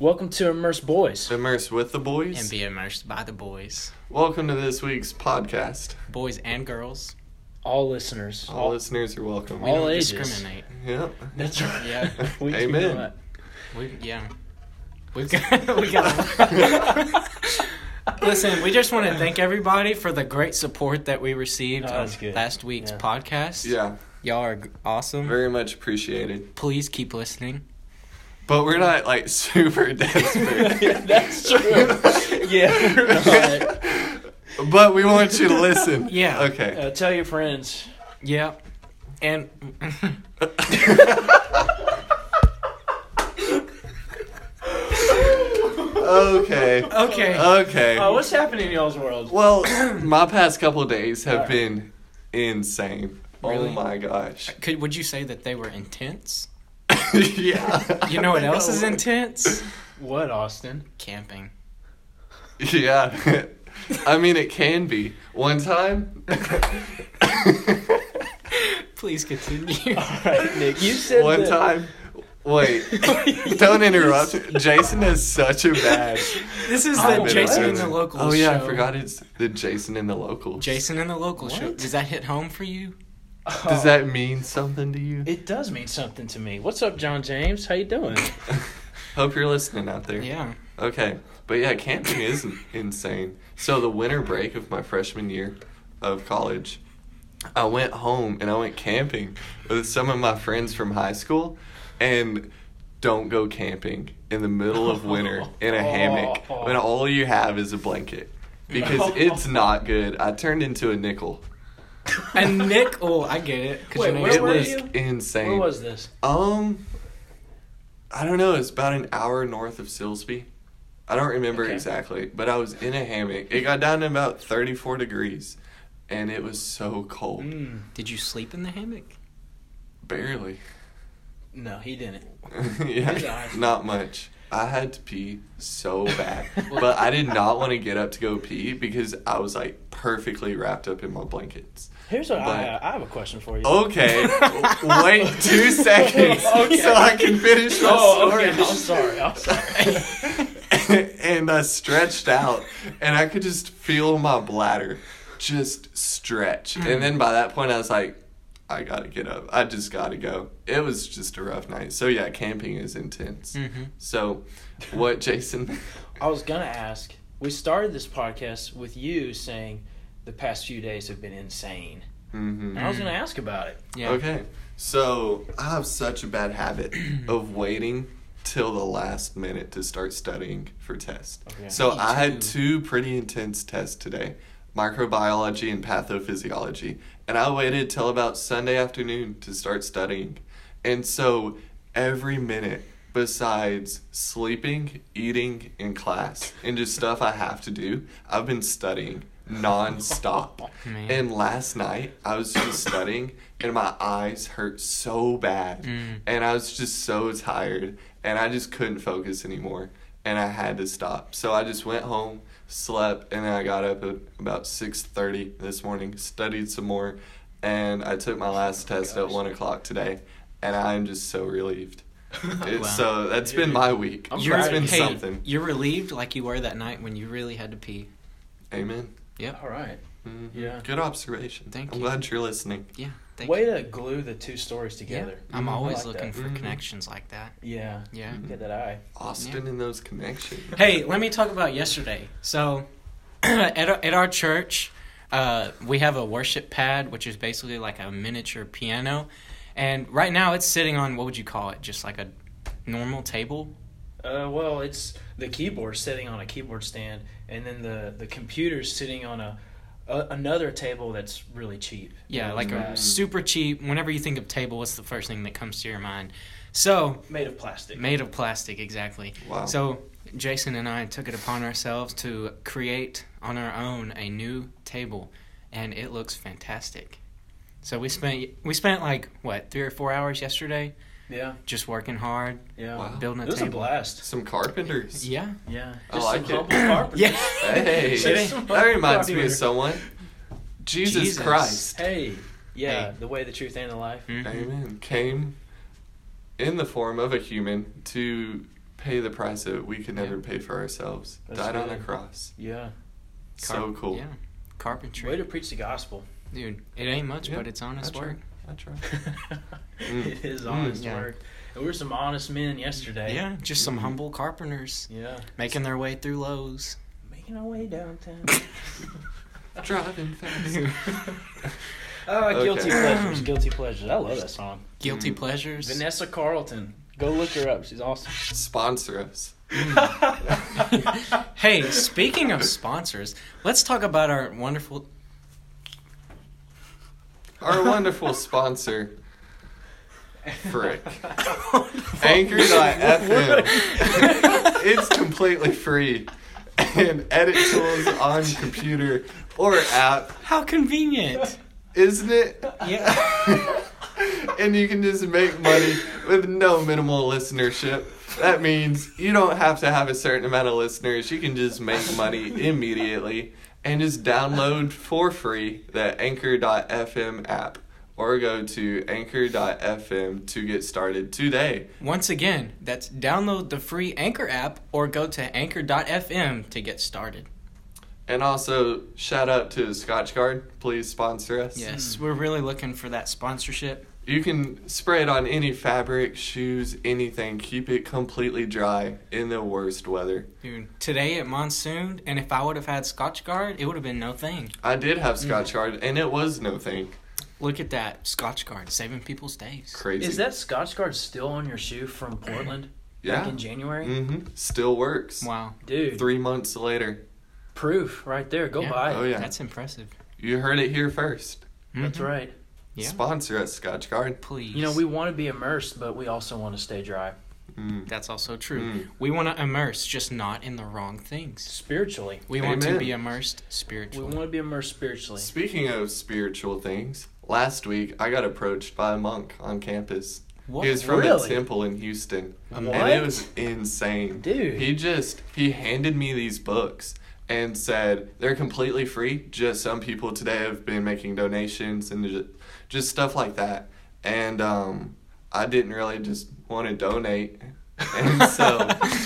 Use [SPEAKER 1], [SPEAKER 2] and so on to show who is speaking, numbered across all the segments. [SPEAKER 1] Welcome to Immerse Boys.
[SPEAKER 2] Immerse with the boys.
[SPEAKER 3] and be immersed by the boys,
[SPEAKER 2] Welcome to this week's podcast.
[SPEAKER 3] boys and girls.
[SPEAKER 1] All listeners.
[SPEAKER 2] All listeners are welcome.
[SPEAKER 3] We
[SPEAKER 1] All
[SPEAKER 3] don't
[SPEAKER 1] ages.
[SPEAKER 3] discriminate.
[SPEAKER 2] Yep.
[SPEAKER 1] That's right.
[SPEAKER 3] Yeah.
[SPEAKER 1] We do
[SPEAKER 2] Amen.
[SPEAKER 1] not.
[SPEAKER 3] We yeah. We've got, we got Listen, we just want to thank everybody for the great support that we received
[SPEAKER 1] Oh,
[SPEAKER 3] on
[SPEAKER 1] that's good.
[SPEAKER 3] last week's
[SPEAKER 1] Yeah.
[SPEAKER 3] podcast.
[SPEAKER 2] Yeah,
[SPEAKER 3] Y'all are g- awesome.
[SPEAKER 2] very much appreciated.
[SPEAKER 3] Please keep listening.
[SPEAKER 2] But we're not like super desperate.
[SPEAKER 1] That's true. yeah. we're not.
[SPEAKER 2] but we want you to listen.
[SPEAKER 3] Yeah.
[SPEAKER 2] Okay.
[SPEAKER 1] Uh, tell your friends.
[SPEAKER 3] Yeah. And
[SPEAKER 2] Okay.
[SPEAKER 3] Uh, okay.
[SPEAKER 2] Okay.
[SPEAKER 1] Oh, what's happening in y'all's world?
[SPEAKER 2] Well, my past couple days have
[SPEAKER 1] Alright.
[SPEAKER 2] been insane. Oh
[SPEAKER 3] Really?
[SPEAKER 2] my gosh.
[SPEAKER 3] Could would you say that they were intense?
[SPEAKER 2] yeah.
[SPEAKER 3] You know what else is
[SPEAKER 2] No.
[SPEAKER 3] intense?
[SPEAKER 1] What, Austin?
[SPEAKER 3] Camping.
[SPEAKER 2] Yeah. I mean, it can be. One time.
[SPEAKER 3] Please continue.
[SPEAKER 1] Alright, Nick, you said
[SPEAKER 2] One
[SPEAKER 1] that-
[SPEAKER 2] time. Wait. Don't interrupt. Jason is such a bad.
[SPEAKER 3] This is
[SPEAKER 1] Oh,
[SPEAKER 3] the
[SPEAKER 1] what?
[SPEAKER 3] Jason and the local
[SPEAKER 2] Oh yeah,
[SPEAKER 3] show.
[SPEAKER 2] I forgot it's the Jason and the local.
[SPEAKER 3] Jason and the local show.
[SPEAKER 1] What?
[SPEAKER 3] Does that hit home for you?
[SPEAKER 1] Oh,
[SPEAKER 2] Does that mean something to you?
[SPEAKER 1] It does mean something to me. What's up, John James? How you doing?
[SPEAKER 2] Hope you're listening out there.
[SPEAKER 3] Yeah.
[SPEAKER 2] Okay, but yeah, camping is insane. So the winter break of my freshman year of college, I went home and I went camping with some of my friends from high school, and don't go camping in the middle of winter in a hammock when all you have is a blanket because it's not good. I turned into a nickel.
[SPEAKER 3] A nickel. oh, I get it. 'cause
[SPEAKER 1] Wait,
[SPEAKER 3] your name's
[SPEAKER 1] where
[SPEAKER 2] It
[SPEAKER 1] were
[SPEAKER 3] Nick.
[SPEAKER 2] was
[SPEAKER 1] you?
[SPEAKER 2] insane.
[SPEAKER 1] Where was this?
[SPEAKER 2] Um, I don't know. It's about an hour north of Silsby. I don't remember
[SPEAKER 1] Okay.
[SPEAKER 2] exactly, but I was in a hammock. It got down to about 34 degrees, and it was so cold.
[SPEAKER 1] Mm,
[SPEAKER 3] Did you sleep in the hammock?
[SPEAKER 2] Barely.
[SPEAKER 1] no, he didn't. His
[SPEAKER 2] yeah,
[SPEAKER 1] eyes.
[SPEAKER 2] not much. I had to pee so bad, but I did not want to get up to go pee because I was like perfectly wrapped up in my blankets.
[SPEAKER 1] Here's what I,
[SPEAKER 2] But-
[SPEAKER 1] I have a question for you.
[SPEAKER 2] Okay, wait two seconds
[SPEAKER 1] Okay.
[SPEAKER 2] so I can finish my
[SPEAKER 1] Oh,
[SPEAKER 2] story.
[SPEAKER 1] okay. I'm sorry. I'm sorry.
[SPEAKER 2] and I stretched out, and I could just feel my bladder just stretch. And then by that point, I was like, I gotta get up. I just gotta go. It was just a rough night. So yeah, camping is intense. So, what, Jason?
[SPEAKER 1] I was gonna ask. We started this podcast with you saying the past few days have been insane,
[SPEAKER 2] hmm
[SPEAKER 1] and I was gonna ask about it.
[SPEAKER 3] Yeah.
[SPEAKER 2] Okay. So I have such a bad habit of waiting till the last minute to start studying for tests.
[SPEAKER 1] Okay.
[SPEAKER 2] So
[SPEAKER 3] Me
[SPEAKER 2] I had two
[SPEAKER 3] too.
[SPEAKER 2] pretty intense tests today, microbiology and pathophysiology, and I waited till about Sunday afternoon to start studying. And so every minute besides sleeping, eating in class and just stuff I have to do, I've been studying nonstop.
[SPEAKER 3] Man.
[SPEAKER 2] And last night I was just studying and my eyes hurt so bad
[SPEAKER 3] Mm.
[SPEAKER 2] and I was just so tired and I just couldn't focus anymore and I had to stop. So I just went home, slept and then I got up at about 6:30 this morning, studied some more and I took my last test at
[SPEAKER 1] gosh.
[SPEAKER 2] 1 o'clock today and I'm just so relieved. It's,
[SPEAKER 3] Wow.
[SPEAKER 2] So that's been my week.
[SPEAKER 1] I'm
[SPEAKER 2] it's
[SPEAKER 1] proud of
[SPEAKER 2] been
[SPEAKER 1] you.
[SPEAKER 3] hey,
[SPEAKER 2] something.
[SPEAKER 3] You're relieved like you were that night when you really had to pee.
[SPEAKER 2] Amen.
[SPEAKER 1] All right.
[SPEAKER 2] Mhm.
[SPEAKER 1] Yeah.
[SPEAKER 2] Good observation.
[SPEAKER 3] Thank
[SPEAKER 2] I'm
[SPEAKER 3] you.
[SPEAKER 2] glad you're listening.
[SPEAKER 3] Yeah. Thank
[SPEAKER 1] Way
[SPEAKER 3] you.
[SPEAKER 1] to glue the two stories together. Mm-hmm.
[SPEAKER 3] Yeah. I'm
[SPEAKER 2] Mhm. I
[SPEAKER 3] always
[SPEAKER 1] like
[SPEAKER 3] looking
[SPEAKER 1] that.
[SPEAKER 3] for
[SPEAKER 2] Mhm.
[SPEAKER 3] connections like that.
[SPEAKER 1] Yeah.
[SPEAKER 3] Yeah. Mm-hmm.
[SPEAKER 1] Get that eye.
[SPEAKER 2] Austin and those connections.
[SPEAKER 3] Hey, let me talk about yesterday. So, at our, at our church, uh, we have a worship pad, which is basically like a miniature piano, and right now it's sitting on what would you call it? Just like a normal table.
[SPEAKER 1] Uh, well, it's the keyboard sitting on a keyboard stand, and then the the computer's sitting on a, a another table that's really cheap.
[SPEAKER 3] Yeah, like
[SPEAKER 1] Yeah.
[SPEAKER 3] a super cheap. Whenever you think of table, what's the first thing that comes to your mind? So
[SPEAKER 1] made of plastic.
[SPEAKER 3] made of plastic, exactly.
[SPEAKER 2] Wow.
[SPEAKER 3] So Jason and I took it upon ourselves to create on our own a new table, and it looks fantastic. So we spent we spent like what three or four hours yesterday
[SPEAKER 1] Yeah,
[SPEAKER 3] just working hard
[SPEAKER 1] yeah.
[SPEAKER 2] Wow.
[SPEAKER 3] building a
[SPEAKER 1] It was a
[SPEAKER 3] table.
[SPEAKER 1] blast.
[SPEAKER 2] Some carpenters.
[SPEAKER 3] yeah,
[SPEAKER 1] Yeah,
[SPEAKER 2] I like
[SPEAKER 1] some
[SPEAKER 2] it.
[SPEAKER 1] humble carpenters.
[SPEAKER 3] yeah.
[SPEAKER 2] Hey,
[SPEAKER 1] Just some
[SPEAKER 2] that reminds me
[SPEAKER 1] popular.
[SPEAKER 2] of someone. Jesus,
[SPEAKER 3] Jesus.
[SPEAKER 2] Christ.
[SPEAKER 1] Hey, yeah,
[SPEAKER 3] Hey. Mm.
[SPEAKER 1] the way, the truth, and
[SPEAKER 3] Mm-hmm.
[SPEAKER 1] the life.
[SPEAKER 3] Mhm.
[SPEAKER 2] Amen. Came in the form of a human to pay the price that we could never pay for ourselves.
[SPEAKER 1] That's
[SPEAKER 2] Died on
[SPEAKER 1] good.
[SPEAKER 2] a cross.
[SPEAKER 1] Yeah.
[SPEAKER 2] so cool.
[SPEAKER 3] Yeah.
[SPEAKER 1] Way
[SPEAKER 3] Carpentry.
[SPEAKER 1] to preach the gospel.
[SPEAKER 3] Dude, it ain't much,
[SPEAKER 2] Yeah,
[SPEAKER 3] but it's honest
[SPEAKER 2] that's
[SPEAKER 3] work.
[SPEAKER 2] right. That's right.
[SPEAKER 1] it is honest
[SPEAKER 3] Mm. Yeah.
[SPEAKER 1] work. And we were some honest men yesterday.
[SPEAKER 3] Yeah, just some
[SPEAKER 2] Mhm.
[SPEAKER 3] humble carpenters
[SPEAKER 1] Yeah.
[SPEAKER 3] making their way through Lowe's.
[SPEAKER 1] Making our way downtown.
[SPEAKER 2] Driving fast.
[SPEAKER 1] Uh, guilty
[SPEAKER 2] Okay.
[SPEAKER 1] pleasures. Guilty pleasures. I love that song.
[SPEAKER 3] Guilty
[SPEAKER 2] Mm.
[SPEAKER 3] pleasures.
[SPEAKER 1] Vanessa Carlton. Go look her up. She's awesome.
[SPEAKER 2] Sponsor us.
[SPEAKER 3] Hey, speaking of sponsors, let's talk about our wonderful.
[SPEAKER 2] Our wonderful sponsor, Frick. Anchor.fm. it's completely free. And edit tools on computer or app,
[SPEAKER 3] How convenient!
[SPEAKER 2] isn't it?
[SPEAKER 3] Yeah.
[SPEAKER 2] and you can just make money with no minimal listenership. That means you don't have to have a certain amount of listeners. You can just make money immediately and just download for free the Anchor.fm app or go to Anchor.fm to get started today.
[SPEAKER 3] Once again, that's download the free Anchor app or go to anchor.fm to get started.
[SPEAKER 2] And also, shout out to Scotch Guard. Please sponsor us.
[SPEAKER 3] Yes,
[SPEAKER 1] Hmm.
[SPEAKER 3] we're really looking for that sponsorship.
[SPEAKER 2] You can spray it on any fabric, shoes, anything. Keep it completely dry in the worst weather.
[SPEAKER 3] Dude, today it monsooned, and if I would have had Scotch Guard, it would have been no thing.
[SPEAKER 2] I did have
[SPEAKER 1] Mm-hmm.
[SPEAKER 2] Scotch Guard, and it was no thing.
[SPEAKER 3] Look at that Scotch Guard saving people's days.
[SPEAKER 2] Crazy.
[SPEAKER 1] Is that Scotch Guard still on your shoe from Portland
[SPEAKER 2] yeah?
[SPEAKER 1] back in January?
[SPEAKER 2] Mm-hmm. Still works.
[SPEAKER 3] Wow.
[SPEAKER 1] Dude,
[SPEAKER 2] Three months later,
[SPEAKER 1] proof right there. Go
[SPEAKER 3] Yeah.
[SPEAKER 1] buy it.
[SPEAKER 2] Oh, yeah. Mm-hmm.
[SPEAKER 3] That's impressive.
[SPEAKER 2] you heard it here first.
[SPEAKER 1] That's
[SPEAKER 3] Mhm.
[SPEAKER 1] right.
[SPEAKER 3] Yeah.
[SPEAKER 2] Sponsor us, Scotch Guard.
[SPEAKER 3] Please.
[SPEAKER 1] You know, we want to be immersed, but we also want to stay dry
[SPEAKER 2] Mm.
[SPEAKER 3] That's also true. We want to immerse, just not in the wrong things.
[SPEAKER 1] spiritually.
[SPEAKER 3] We want to
[SPEAKER 2] Amen.
[SPEAKER 3] be immersed
[SPEAKER 1] We
[SPEAKER 3] spiritually.
[SPEAKER 1] want to be immersed spiritually.
[SPEAKER 2] Speaking of spiritual things, last week I got approached by a monk on campus.
[SPEAKER 3] What?
[SPEAKER 2] He was from a
[SPEAKER 1] Really?
[SPEAKER 2] temple in Houston,
[SPEAKER 1] What?
[SPEAKER 2] and it was insane,
[SPEAKER 1] Dude.
[SPEAKER 2] He just he handed me these books and said they're completely free. Just some people today have been making donations and just, just stuff like that. And um, I didn't really just want to donate, and so.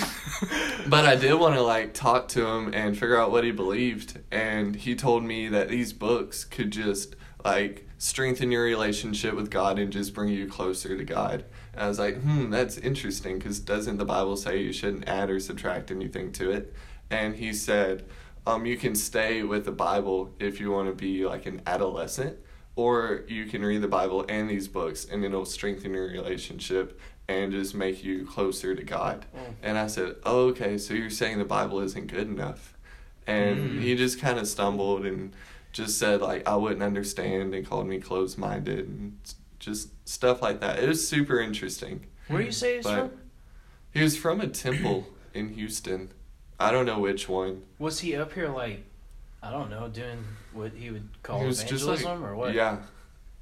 [SPEAKER 2] But I did want to like talk to him and figure out what he believed, and he told me that these books could just like strengthen your relationship with God and just bring you closer to God. And I was like, hmm, that's interesting because doesn't the Bible say you shouldn't add or subtract anything to it? And he said, um, you can stay with the Bible if you want to be like an adolescent, or you can read the Bible and these books, and it'll strengthen your relationship and just make you closer to God.
[SPEAKER 1] Mm.
[SPEAKER 2] And I said, oh, okay, so you're saying the Bible isn't good enough. And he just kind of stumbled and just said, like, I wouldn't understand and called me closed minded and s- just stuff like that. It was super interesting.
[SPEAKER 1] Where you say it's
[SPEAKER 2] But
[SPEAKER 1] from?
[SPEAKER 2] he was from a temple in Houston. I don't know which one.
[SPEAKER 1] Was he up here like, I don't know, doing what he would call
[SPEAKER 2] He was just
[SPEAKER 1] evangelism
[SPEAKER 2] like-
[SPEAKER 1] or what?
[SPEAKER 2] Yeah.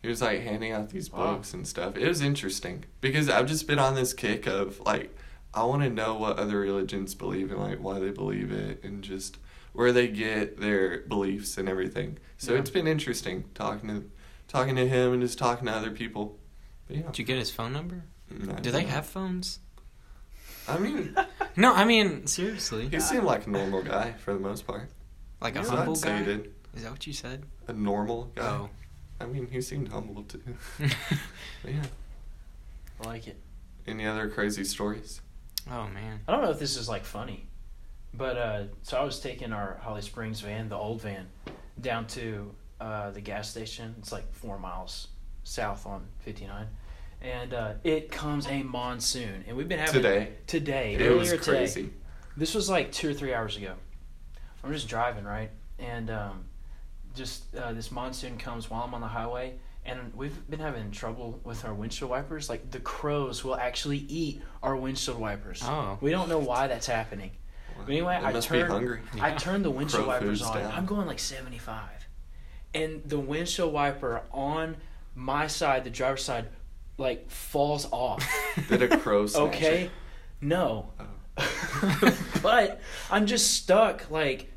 [SPEAKER 2] He was like handing out these
[SPEAKER 1] Wow.
[SPEAKER 2] books and stuff. It was interesting because I've just been on this kick of like, I want to know what other religions believe and like why they believe it and just where they get their beliefs and everything. So
[SPEAKER 1] Yeah.
[SPEAKER 2] it's been interesting talking to talking to him and just talking to other people. But yeah.
[SPEAKER 3] Did you get his phone number?
[SPEAKER 2] Mm, I
[SPEAKER 3] Do
[SPEAKER 2] don't
[SPEAKER 3] they
[SPEAKER 2] know.
[SPEAKER 3] have phones?
[SPEAKER 2] I mean,
[SPEAKER 3] No, I mean seriously.
[SPEAKER 2] he seemed like a normal guy for the most part.
[SPEAKER 3] Like a
[SPEAKER 2] So
[SPEAKER 3] humble
[SPEAKER 2] I'd say
[SPEAKER 3] guy.
[SPEAKER 2] he did.
[SPEAKER 3] Is that what you said?
[SPEAKER 2] A normal guy.
[SPEAKER 3] Oh.
[SPEAKER 2] I mean, he seemed humble too. but yeah.
[SPEAKER 1] I like it.
[SPEAKER 2] Any other crazy stories?
[SPEAKER 3] oh man.
[SPEAKER 1] I don't know if this is like funny, but uh, so I was taking our Holly Springs van, the old van, down to uh, the gas station. It's like four miles south on 59. And uh, it comes a monsoon. And we've been having.
[SPEAKER 2] Today.
[SPEAKER 1] Today.
[SPEAKER 2] It
[SPEAKER 1] earlier
[SPEAKER 2] was crazy.
[SPEAKER 1] today. This was like two or three hours ago. I'm just driving, right? And um, just uh, this monsoon comes while I'm on the highway, and we've been having trouble with our windshield wipers. Like the crows will actually eat our windshield wipers.
[SPEAKER 3] Oh.
[SPEAKER 1] We don't know why that's happening. But anyway,
[SPEAKER 2] They
[SPEAKER 1] I
[SPEAKER 2] must
[SPEAKER 1] turned-
[SPEAKER 2] be hungry.
[SPEAKER 1] I
[SPEAKER 3] Yeah.
[SPEAKER 1] turned the windshield
[SPEAKER 2] Crow
[SPEAKER 1] wipers
[SPEAKER 2] food's
[SPEAKER 1] on.
[SPEAKER 2] down.
[SPEAKER 1] I'm going like 75, and the windshield wiper on my side, the driver's side, like falls off.
[SPEAKER 2] Did a crow Oh. smash
[SPEAKER 1] Okay.
[SPEAKER 2] it?
[SPEAKER 1] No. but I'm just stuck like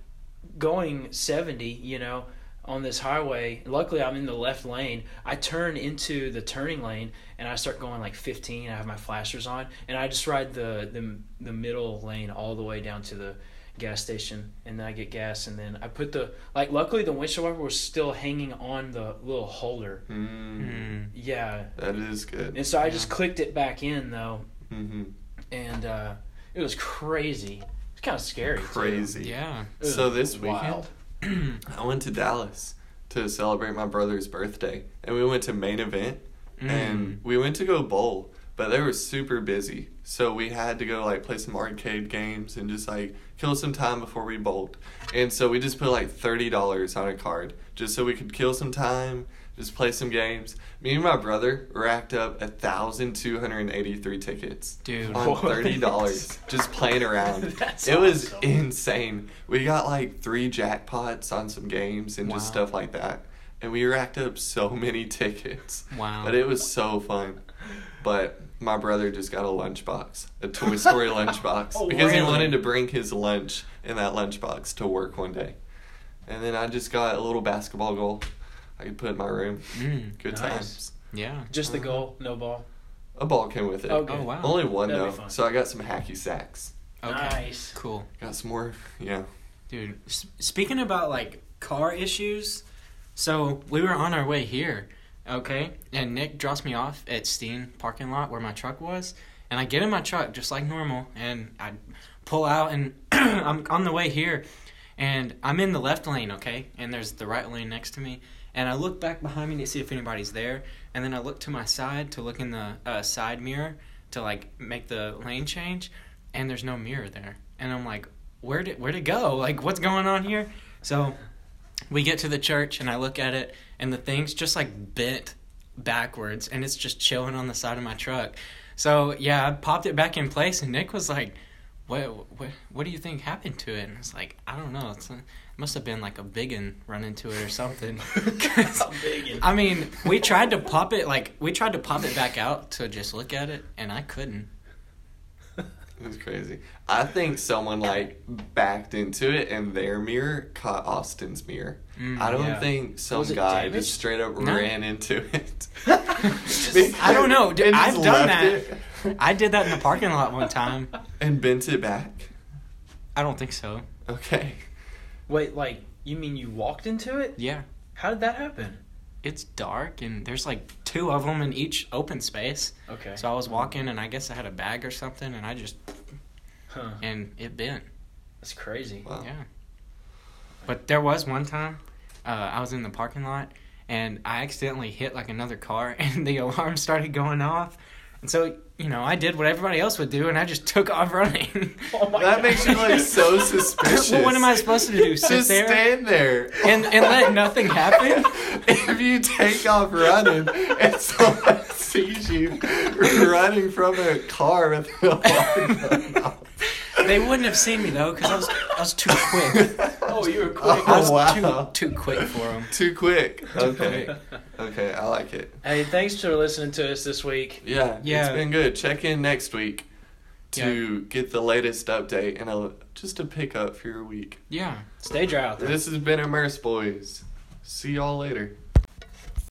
[SPEAKER 1] going 70, you know, on this highway. Luckily, I'm in the left lane. I turn into the turning lane and I start going like 15. I have my flashers on and I just ride the the the middle lane all the way down to the gas station and then I get gas and then I put the like luckily the windshield wiper was still hanging on the little holder.
[SPEAKER 2] Mm,
[SPEAKER 3] Mm.
[SPEAKER 1] Yeah.
[SPEAKER 2] that is good.
[SPEAKER 1] And so I just clicked it back in though
[SPEAKER 2] hmm
[SPEAKER 1] and uh it was crazy. It's kind of scary. too.
[SPEAKER 2] Crazy.
[SPEAKER 3] Yeah.
[SPEAKER 1] It was
[SPEAKER 2] So this weekend,
[SPEAKER 1] wild.
[SPEAKER 2] I went to Dallas to celebrate my brother's birthday, and we went to main event,
[SPEAKER 1] Mm.
[SPEAKER 2] and we went to go bowl, but they were super busy, so we had to go like play some arcade games and just like kill some time before we bowled, and so we just put like thirty dollars on a card just so we could kill some time. Just play some games. Me and my brother racked up thousand two hundred and eighty-three tickets
[SPEAKER 3] Dude.
[SPEAKER 2] on
[SPEAKER 1] What?
[SPEAKER 2] thirty dollars just playing around.
[SPEAKER 1] That's
[SPEAKER 2] it was
[SPEAKER 1] awesome.
[SPEAKER 2] insane. We got like three jackpots on some games and just
[SPEAKER 3] Wow.
[SPEAKER 2] stuff like that. And we racked up so many tickets.
[SPEAKER 3] Wow.
[SPEAKER 2] But it was so fun. But my brother just got a lunchbox, a Toy Story lunchbox,
[SPEAKER 1] Oh,
[SPEAKER 2] because he
[SPEAKER 1] really?
[SPEAKER 2] wanted to bring his lunch in that lunchbox to work one day. And then I just got a little basketball goal I could put in my room.
[SPEAKER 3] Mm.
[SPEAKER 2] Good
[SPEAKER 1] Nice.
[SPEAKER 2] times.
[SPEAKER 3] Yeah.
[SPEAKER 1] Just the
[SPEAKER 2] Uh-huh.
[SPEAKER 1] goal, no ball.
[SPEAKER 2] A ball came with it.
[SPEAKER 1] Okay.
[SPEAKER 3] Oh wow.
[SPEAKER 2] Only one
[SPEAKER 1] That'd be
[SPEAKER 2] though.
[SPEAKER 1] fun.
[SPEAKER 2] So I got some hacky sacks.
[SPEAKER 3] Okay.
[SPEAKER 1] Nice.
[SPEAKER 3] Cool.
[SPEAKER 2] Got some more. Yeah.
[SPEAKER 3] Dude, s- speaking about like car issues, so we were on our way here, okay? And Nick drops me off at Steen parking lot where my truck was, and I get in my truck just like normal, and I pull out, and I'm on the way here, and I'm in the left lane, okay? And there's the right lane next to me, and I look back behind me to see if anybody's there, and then I look to my side to look in the uh, side mirror to like make the lane change, and there's no mirror there, and I'm like where did where to go? Like what's going on here? So we get to the church and I look at it and the thing's just like bent backwards and it's just chilling on the side of my truck. So yeah, I popped it back in place and Nick was like, "What what what do you think happened to it?" And I was like, "I don't know. It's a, it must have been like a biggin run into it or something." 'Cause,
[SPEAKER 1] A biggin.
[SPEAKER 3] I mean, we tried to pop it like we tried to pop it back out to just look at it and I couldn't.
[SPEAKER 2] It was crazy. I think someone like backed into it and their mirror caught Austin's mirror.
[SPEAKER 3] Mm,
[SPEAKER 2] I don't
[SPEAKER 1] yeah.
[SPEAKER 2] think some
[SPEAKER 1] Was it
[SPEAKER 2] guy
[SPEAKER 1] damaged?
[SPEAKER 2] just straight up
[SPEAKER 3] No.
[SPEAKER 2] ran into it.
[SPEAKER 3] I don't know.
[SPEAKER 2] And just
[SPEAKER 3] I've done
[SPEAKER 2] left
[SPEAKER 3] that.
[SPEAKER 2] it
[SPEAKER 3] I did that in the parking lot one time.
[SPEAKER 2] and bent it back.
[SPEAKER 3] I don't think so.
[SPEAKER 2] Okay.
[SPEAKER 1] Wait, like you mean you walked into it?
[SPEAKER 3] Yeah.
[SPEAKER 1] How did that happen?
[SPEAKER 3] It's dark and there's like two of them in each open space.
[SPEAKER 1] Okay.
[SPEAKER 3] So I was walking and I guess I had a bag or something and I just
[SPEAKER 1] Huh.
[SPEAKER 3] and it bent.
[SPEAKER 1] That's crazy.
[SPEAKER 2] Wow.
[SPEAKER 3] Yeah. But there was one time uh, I was in the parking lot and I accidentally hit like another car and the alarm started going off. And so, you know, I did what everybody else would do and I just took off running.
[SPEAKER 1] Oh my
[SPEAKER 2] That makes you look so suspicious.
[SPEAKER 3] well, what am I supposed to do? Sit
[SPEAKER 2] Just
[SPEAKER 3] there
[SPEAKER 2] stand there.
[SPEAKER 3] and and let nothing happen?
[SPEAKER 2] if you take off running and someone sees you running from a car with an alarm going off.
[SPEAKER 3] They wouldn't have seen me though, because I was I was too quick.
[SPEAKER 1] Oh, you were quick.
[SPEAKER 3] I
[SPEAKER 2] Oh,
[SPEAKER 3] was
[SPEAKER 2] wow.
[SPEAKER 3] too too quick for them.
[SPEAKER 2] Too quick. Okay. okay, I like it.
[SPEAKER 1] Hey, thanks for listening to us this week.
[SPEAKER 2] Yeah,
[SPEAKER 3] Yeah.
[SPEAKER 2] It's been good. Check in next week to get the latest update and a, just a pickup for your week.
[SPEAKER 3] Yeah.
[SPEAKER 1] Stay dry out there.
[SPEAKER 2] This has been Immerse Boys. See y'all later.